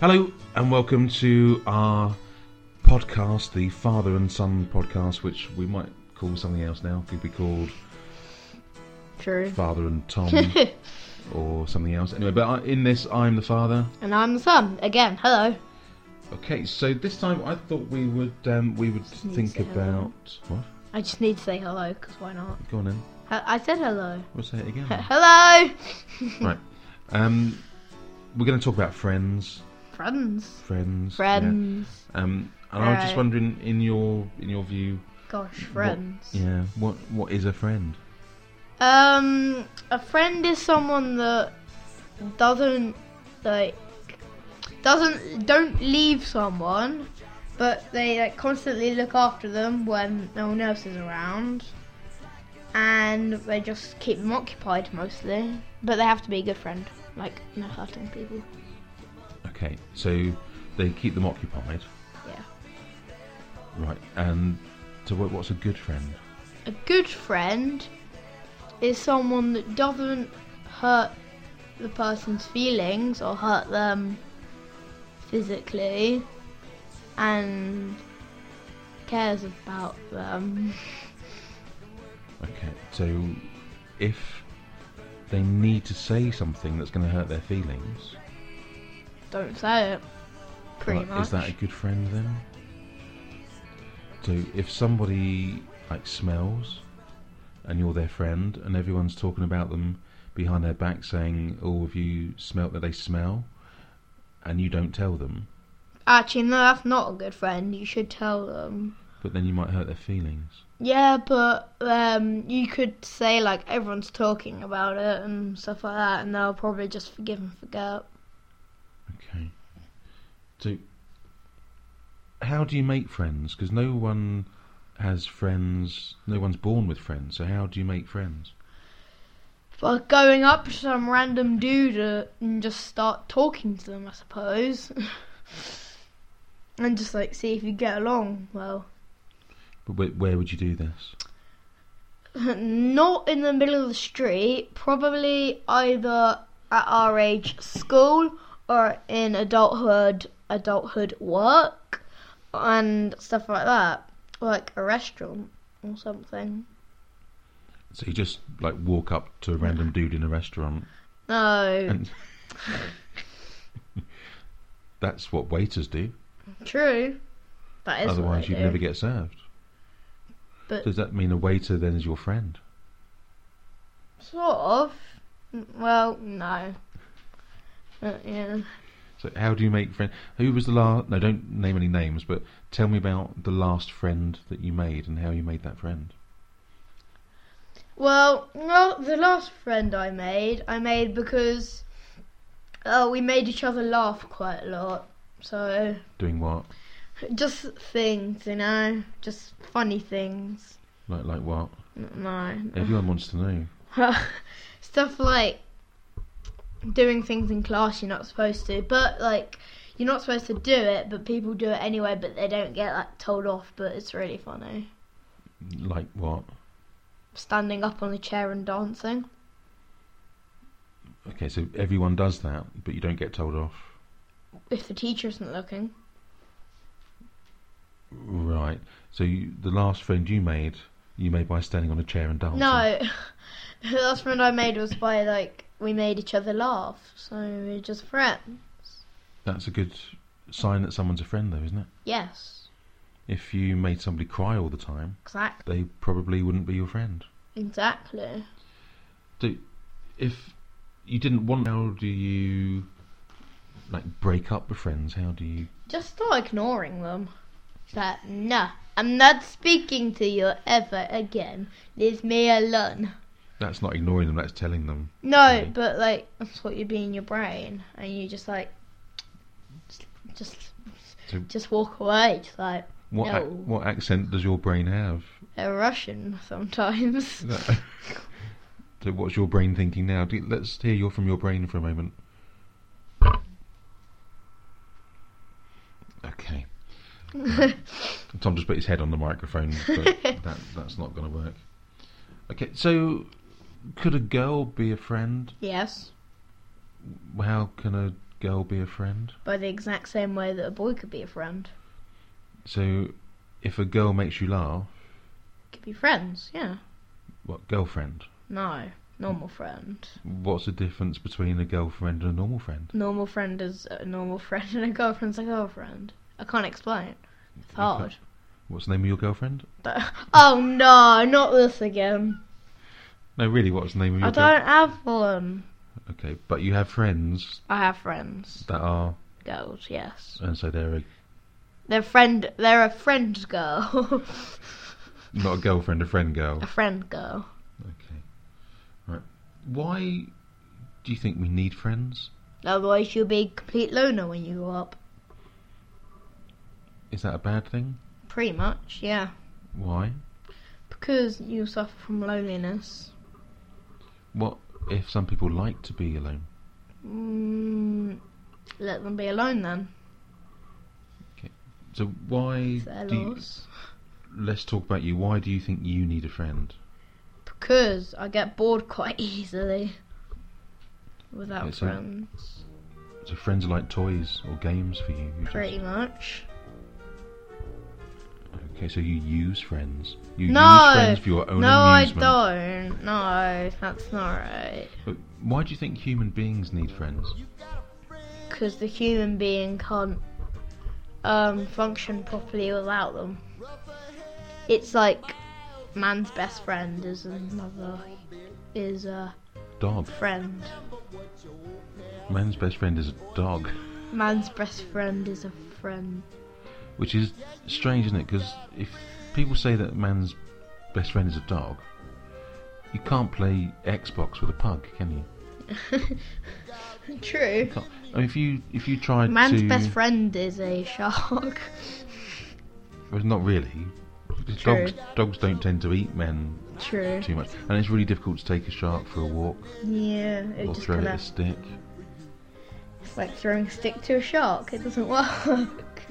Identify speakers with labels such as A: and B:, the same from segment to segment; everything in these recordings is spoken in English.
A: Hello and welcome to our podcast, the Father and Son podcast, which we might call something else now. Could be called
B: True.
A: Father and Tom or something else. Anyway, but I- in this, I'm the father.
B: And I'm the son. Again, hello.
A: Okay, so this time I thought we would um, we would
B: need
A: think
B: to say hello.
A: about what?
B: I just need to say hello, because why not?
A: Go on then.
B: H- I said hello.
A: We'll say it again.
B: hello!
A: right. Um, we're going to talk about friends,
B: Friends.
A: friends, yeah.
B: Friends.
A: Um, and I was just
B: Right.
A: wondering, in your in your view,
B: Gosh, friends.
A: yeah, what what is a friend?
B: Um, a friend is someone that doesn't, like, doesn't, don't leave someone, but they, like, constantly look after them when no one else is around. And they just keep them occupied mostly. But they have to be a good friend. Like, no hurting people.
A: Okay, so they keep them occupied,
B: Yeah.
A: right? And so, what, what's a good friend?
B: A good friend is someone that doesn't hurt the person's feelings or hurt them physically and cares about them.
A: Okay, so if they need to say something that's going to hurt their feelings,
B: Don't say it. Pretty
A: like,
B: much.
A: is that a good friend then? So if somebody like smells, and you're their friend, and everyone's talking about them behind their back, saying, "Oh, have you smelt that they smell?" and you don't tell them,
B: Actually, no, that's not a good friend. You should tell them.
A: but then you might hurt their feelings.
B: Yeah, but um, you could say like everyone's talking about it and stuff like that, and they'll probably just forgive and forget.
A: Okay. So, how do you make friends? Because no one has friends. No one's born with friends. So how do you make friends?
B: By going up to some random dude uh, and just start talking to them, I suppose. and just like see if you get along. Well,
A: But where, where would you do this?
B: not in the middle of the street, probably either at our age school or in adulthood, adulthood work and stuff like that, like a restaurant or something.
A: So you just like walk up to a random dude in a restaurant,
B: No,
A: and that's what waiters do.
B: true. That is what
A: Otherwise,
B: they
A: you'd
B: do.
A: never get served.
B: But-
A: Does that mean a waiter then is your friend?
B: Sort of. Mm, Well, no. But, yeah.
A: So how do you make friends? Who was the last? No, don't name any names, but tell me about the last friend that you made and how you made that friend.
B: Well, well, the last friend I made, I made because uh, we made each other laugh quite a lot. So,
A: Doing what?
B: just things, you know? Just funny things.
A: Like like what?
B: N- No.
A: Everyone wants to know.
B: Stuff like doing things in class you're not supposed to, but like. You're not supposed to do it, but people do it anyway. But they don't get like told off. But it's really funny.
A: Like what?
B: Standing up on a chair and dancing.
A: Okay, so everyone does that, but you don't get told off.
B: if the teacher isn't looking.
A: Right. So you, the last friend you made, you made by standing on a chair and dancing.
B: No, the last friend I made was by like we made each other laugh, so we we're just friends.
A: That's a good sign that someone's a friend, though, isn't it?
B: Yes,
A: If you made somebody cry all the time,
B: exact,
A: they probably wouldn't be your friend.
B: exactly.
A: If you didn't want, how do you like break up with friends? How do you?
B: Just start ignoring them. That nah, I'm not speaking to you ever again. Leave me alone.
A: That's not ignoring them. That's telling them.
B: No,
A: Right.
B: but like that's what you'd be in your brain, and you just like, just,
A: So-
B: just, just walk away. Just like
A: What ac-
B: No.
A: what accent does your brain have?
B: a Russian sometimes.
A: That- so what's your brain thinking now? Do, let's hear your from your brain for a moment. Okay. Tom just put his head on the microphone, but that, that's not going to work. Okay, so could a girl be a friend?
B: yes.
A: How can a girl be a friend?
B: by the exact same way that a boy could be a friend.
A: So, if a girl makes you laugh,
B: Could be friends, yeah.
A: what girlfriend?
B: No, normal friend.
A: What's the difference between a girlfriend and a normal friend?
B: Normal friend is a normal friend, and a girlfriend's a girlfriend. I can't explain. It's hard.
A: What's the name of your girlfriend?
B: Oh no, not this again.
A: No, really, what's the name of your
B: I don't have one.
A: girl- Okay, but you have friends
B: I have friends.
A: that are,
B: Girls, yes.
A: and so they're a,
B: They're friend. They're a friend girl.
A: not a girlfriend, a friend girl.
B: a friend girl.
A: Okay. Right. Why do you think we need friends?
B: Otherwise, you'll be a complete loner when you grow up.
A: Is that a bad thing?
B: Pretty much, yeah.
A: Why?
B: Because you suffer from loneliness.
A: What if some people like to be alone?
B: Mm, let them be alone then.
A: So why
B: It's their
A: do you,
B: loss.
A: let's talk about you. Why do you think you need a friend?
B: Because I get bored quite easily without
A: It's a-
B: friends.
A: So friends are like toys or games for you. you just-
B: Pretty much.
A: okay, so you use friends. You
B: No.
A: use friends for your own
B: no, I
A: amusement.
B: don't. No, that's not right.
A: But why do you think human beings need friends?
B: Because the human being can't um, function properly without them. It's like man's best friend is another is a
A: Dog.
B: friend.
A: Man's best friend is a dog,
B: Man's best friend is a friend.
A: which is strange, isn't it? Because if people say that man's best friend is a dog, you can't play Xbox with a pug, can you?
B: True.
A: I mean, if you if you tried
B: Man's
A: to,
B: best friend is a shark.
A: well, not really. Because
B: True.
A: Dogs dogs don't tend to eat men
B: True.
A: too much, and it's really difficult to take a shark for a walk
B: Yeah, it
A: or
B: just
A: throw it
B: kind
A: a
B: of
A: stick.
B: it's like throwing a stick to a shark. It doesn't work.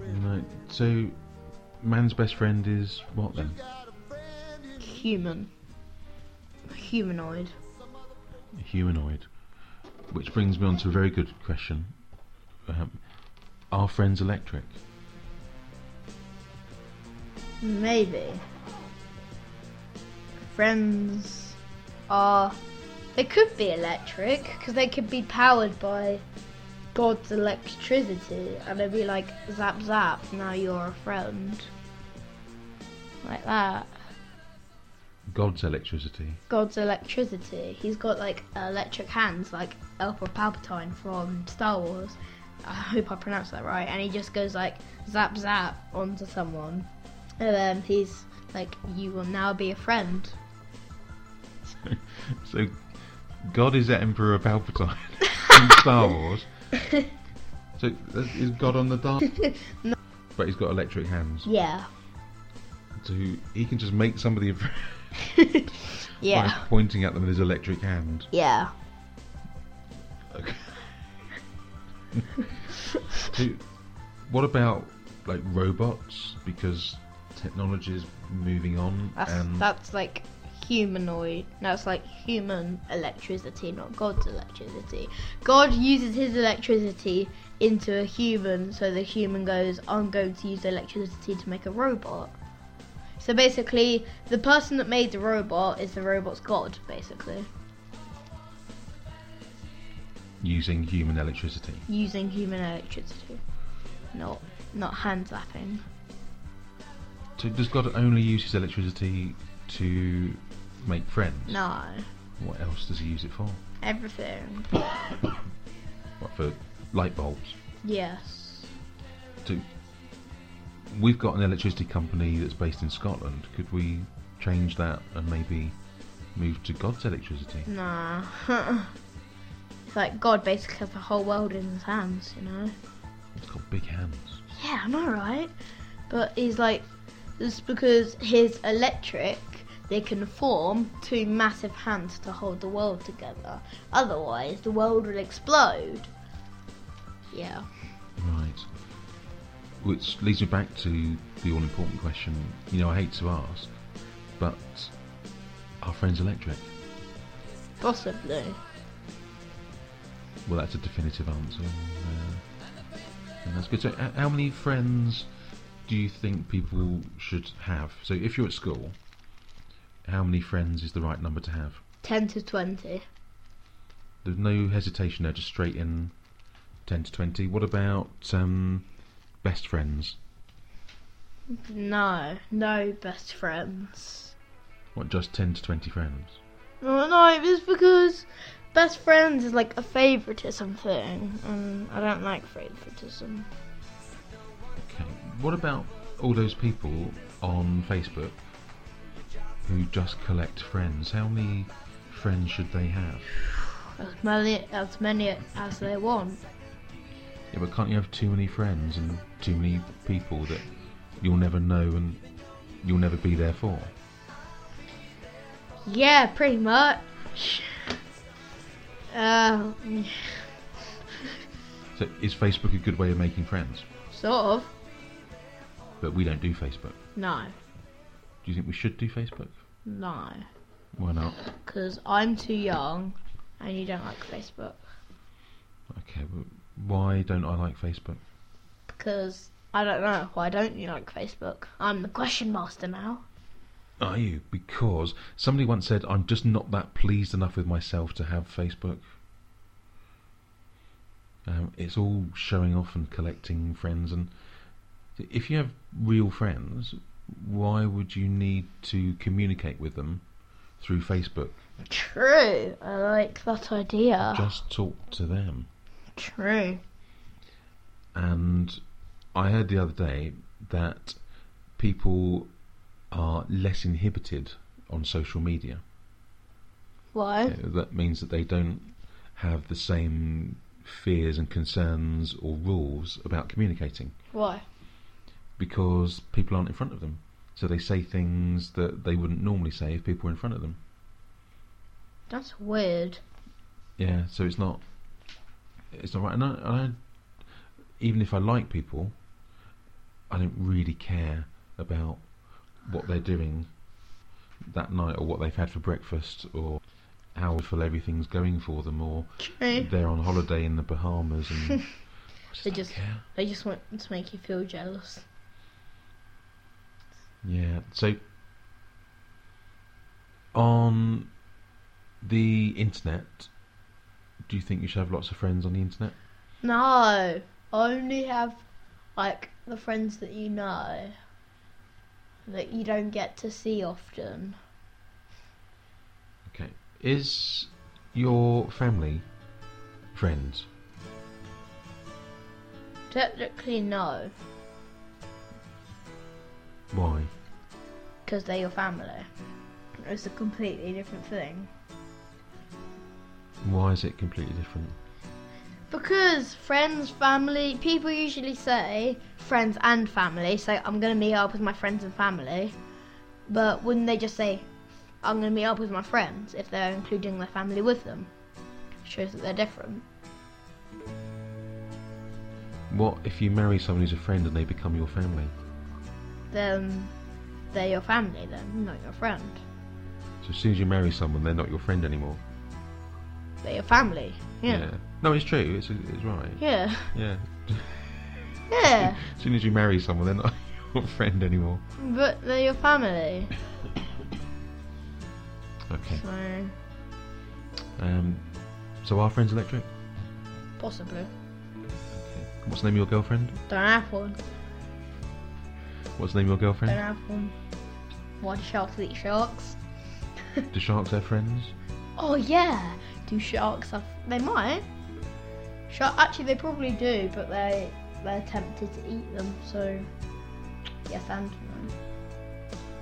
A: Right. So, man's best friend is what then?
B: Human. Humanoid.
A: A humanoid. Which brings me on to a very good question: um, Are friends electric?
B: Maybe. Friends are. They could be electric, because they could be powered by God's electricity, and it'd be like zap zap, now you're a friend. Like that.
A: God's electricity.
B: God's electricity. He's got like electric hands, like Emperor Palpatine from Star Wars. I hope I pronounced that right. And he just goes like zap zap onto someone, and then he's like, "You will now be a friend."
A: So, God is Emperor Palpatine in Star Wars. So, that- is God on the dark? But he's got electric hands.
B: Yeah,
A: So, he can just make somebody a friend
B: yeah,
A: by pointing at them with his electric hand.
B: yeah.
A: Okay. so, what about, like, robots? Because technology is moving on
B: That's
A: and.
B: that's like humanoid. That's like human electricity, not God's electricity. God uses his electricity into a human, so the human goes, "I'm going to use electricity to make a robot." So basically, the person that made the robot is the robot's god, basically,
A: using human electricity.
B: using human electricity, not not hand zapping.
A: So, does God only use his electricity to make friends?
B: No,
A: What else does he use it for?
B: everything.
A: What, for light bulbs?
B: Yes.
A: To we've got an electricity company that's based in Scotland. Could we change that and maybe move to God's electricity?
B: Nah. it's like God basically has the whole world in his hands, you know?
A: It's got big hands.
B: Yeah, I'm alright. But he's like, just because his electric, they can form two massive hands to hold the world together. Otherwise, the world will explode. Yeah.
A: Right. Which leads me back to the all important question. You know, I hate to ask, but are friends electric?
B: Possibly.
A: Well, that's a definitive answer. Uh, and that's good. So, h- how many friends do you think people should have? So, if you're at school, how many friends is the right number to have?
B: 10 to 20.
A: There's no hesitation there, just straight in 10 to 20. What about um, best friends?
B: No, no best friends.
A: What, just 10 to 20 friends?
B: No, no, it's because best friends is like a favouritism thing, and I don't like favouritism.
A: Okay. What about all those people on Facebook who just collect friends? How many friends should they have?
B: As many, as many as they want.
A: Yeah, but can't you have too many friends and too many people that you'll never know and you'll never be there for?
B: Yeah, pretty much. Uh,
A: So is Facebook a good way of making friends?
B: sort of.
A: But we don't do Facebook.
B: No,
A: Do you think we should do Facebook?
B: no.
A: Why not?
B: Because I'm too young and you don't like Facebook.
A: Okay, well, why don't I like Facebook?
B: Because I don't know. Why don't you like Facebook? I'm the question master now.
A: Are you? Because somebody once said, I'm just not that pleased enough with myself to have Facebook. Um, it's all showing off and collecting friends. And if you have real friends, why would you need to communicate with them through Facebook?
B: True. I like that idea.
A: Just talk to them.
B: True.
A: And I heard the other day that people are less inhibited on social media.
B: Why?
A: Yeah, Uh, that means that they don't have the same fears and concerns or rules about communicating
B: Why?
A: because people aren't in front of them. So they say things that they wouldn't normally say if people were in front of them.
B: That's weird.
A: Yeah, so it's not it's not right. And I, and I even if I like people, I don't really care about what they're doing that night or what they've had for breakfast or how full everything's going for them or
B: True.
A: they're on holiday in the Bahamas and just
B: They
A: don't
B: just-
A: care.
B: They just want to make you feel jealous.
A: Yeah. So on the internet, do you think you should have lots of friends on the internet?
B: No. Only have like the friends that you know that you don't get to see often.
A: Okay. Is your family friends?
B: Technically, no,
A: Why?
B: because they're your family. It's a completely different thing.
A: Why is it completely different?
B: Because friends, family, people usually say friends and family. So I'm gonna meet up with my friends and family, but wouldn't they just say I'm gonna meet up with my friends if they're including their family with them? Shows that they're different.
A: What if you marry someone who's a friend and they become your family?
B: Then they're your family, then not your friend.
A: So as soon as you marry someone, they're not your friend anymore.
B: They're your family. Yeah.
A: No, it's true. It's it's right.
B: Yeah.
A: Yeah.
B: Yeah.
A: As soon as you marry someone, they're not your friend anymore.
B: but they're your family.
A: Okay.
B: So
A: Um, so our friend's electric.
B: possibly.
A: What's the name of your girlfriend?
B: Don't have one.
A: What's the name of your
B: Don't
A: girlfriend?
B: have one. Why do sharks eat sharks?
A: Do sharks have friends?
B: Oh yeah, do sharks have? They might. Shark, actually, they probably do, but they they're tempted to eat them. So yes and no.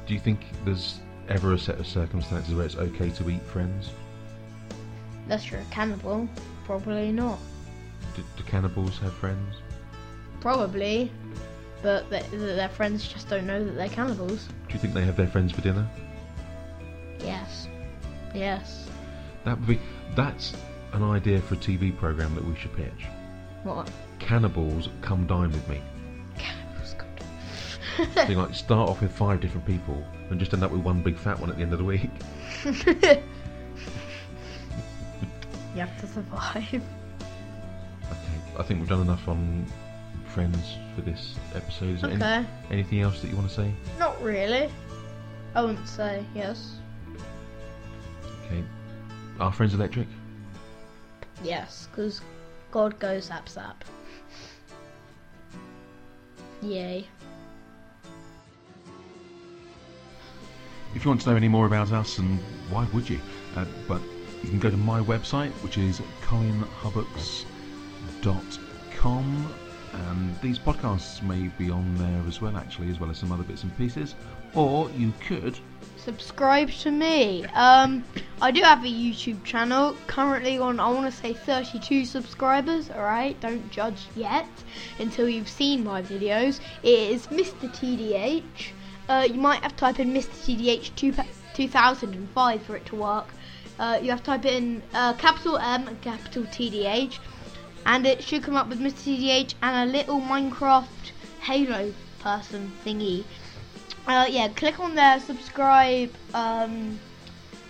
A: Do you think there's ever a set of circumstances where it's okay to eat friends?
B: Unless you're a cannibal, probably not.
A: Do, do cannibals have friends?
B: Probably, but th th their friends just don't know that they're cannibals.
A: Do you think they have their friends for dinner?
B: Yes, yes.
A: That would be. That's an idea for a TV program that we should pitch.
B: What?
A: Cannibals come dine with me.
B: Cannibals. God.
A: So you like start off with five different people and just end up with one big fat one at the end of the week.
B: you have to survive.
A: I think we've done enough on friends for this episode. Is there any-
B: Okay.
A: anything else that you want to say?
B: Not really. I wouldn't say yes.
A: Okay. Are friends electric?
B: Yes, because God goes zap zap. Yay.
A: If you want to know any more about us, and why would you? Uh, but you can go to my website, which is colinhubbocks.com, and these podcasts may be on there as well, actually, as well as some other bits and pieces. Or you could
B: Subscribe to me. Um, I do have a YouTube channel currently on I want to say 32 subscribers. All right, don't judge yet until you've seen my videos. It is Mr TDH. Uh, you might have to type in Mr TDH two, 2005 for it to work. Uh, you have to type in uh, capital M and capital TDH, and it should come up with Mr TDH and a little Minecraft Halo person thingy. Uh, yeah, click on there, subscribe. Um,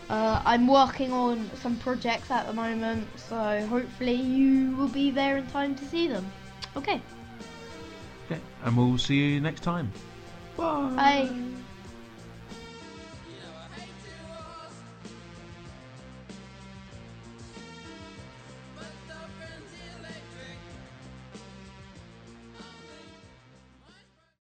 B: uh, I'm working on some projects at the moment, so hopefully you will be there in time to see them. Okay,
A: Okay, and we'll see you next time. Bye.
B: bye.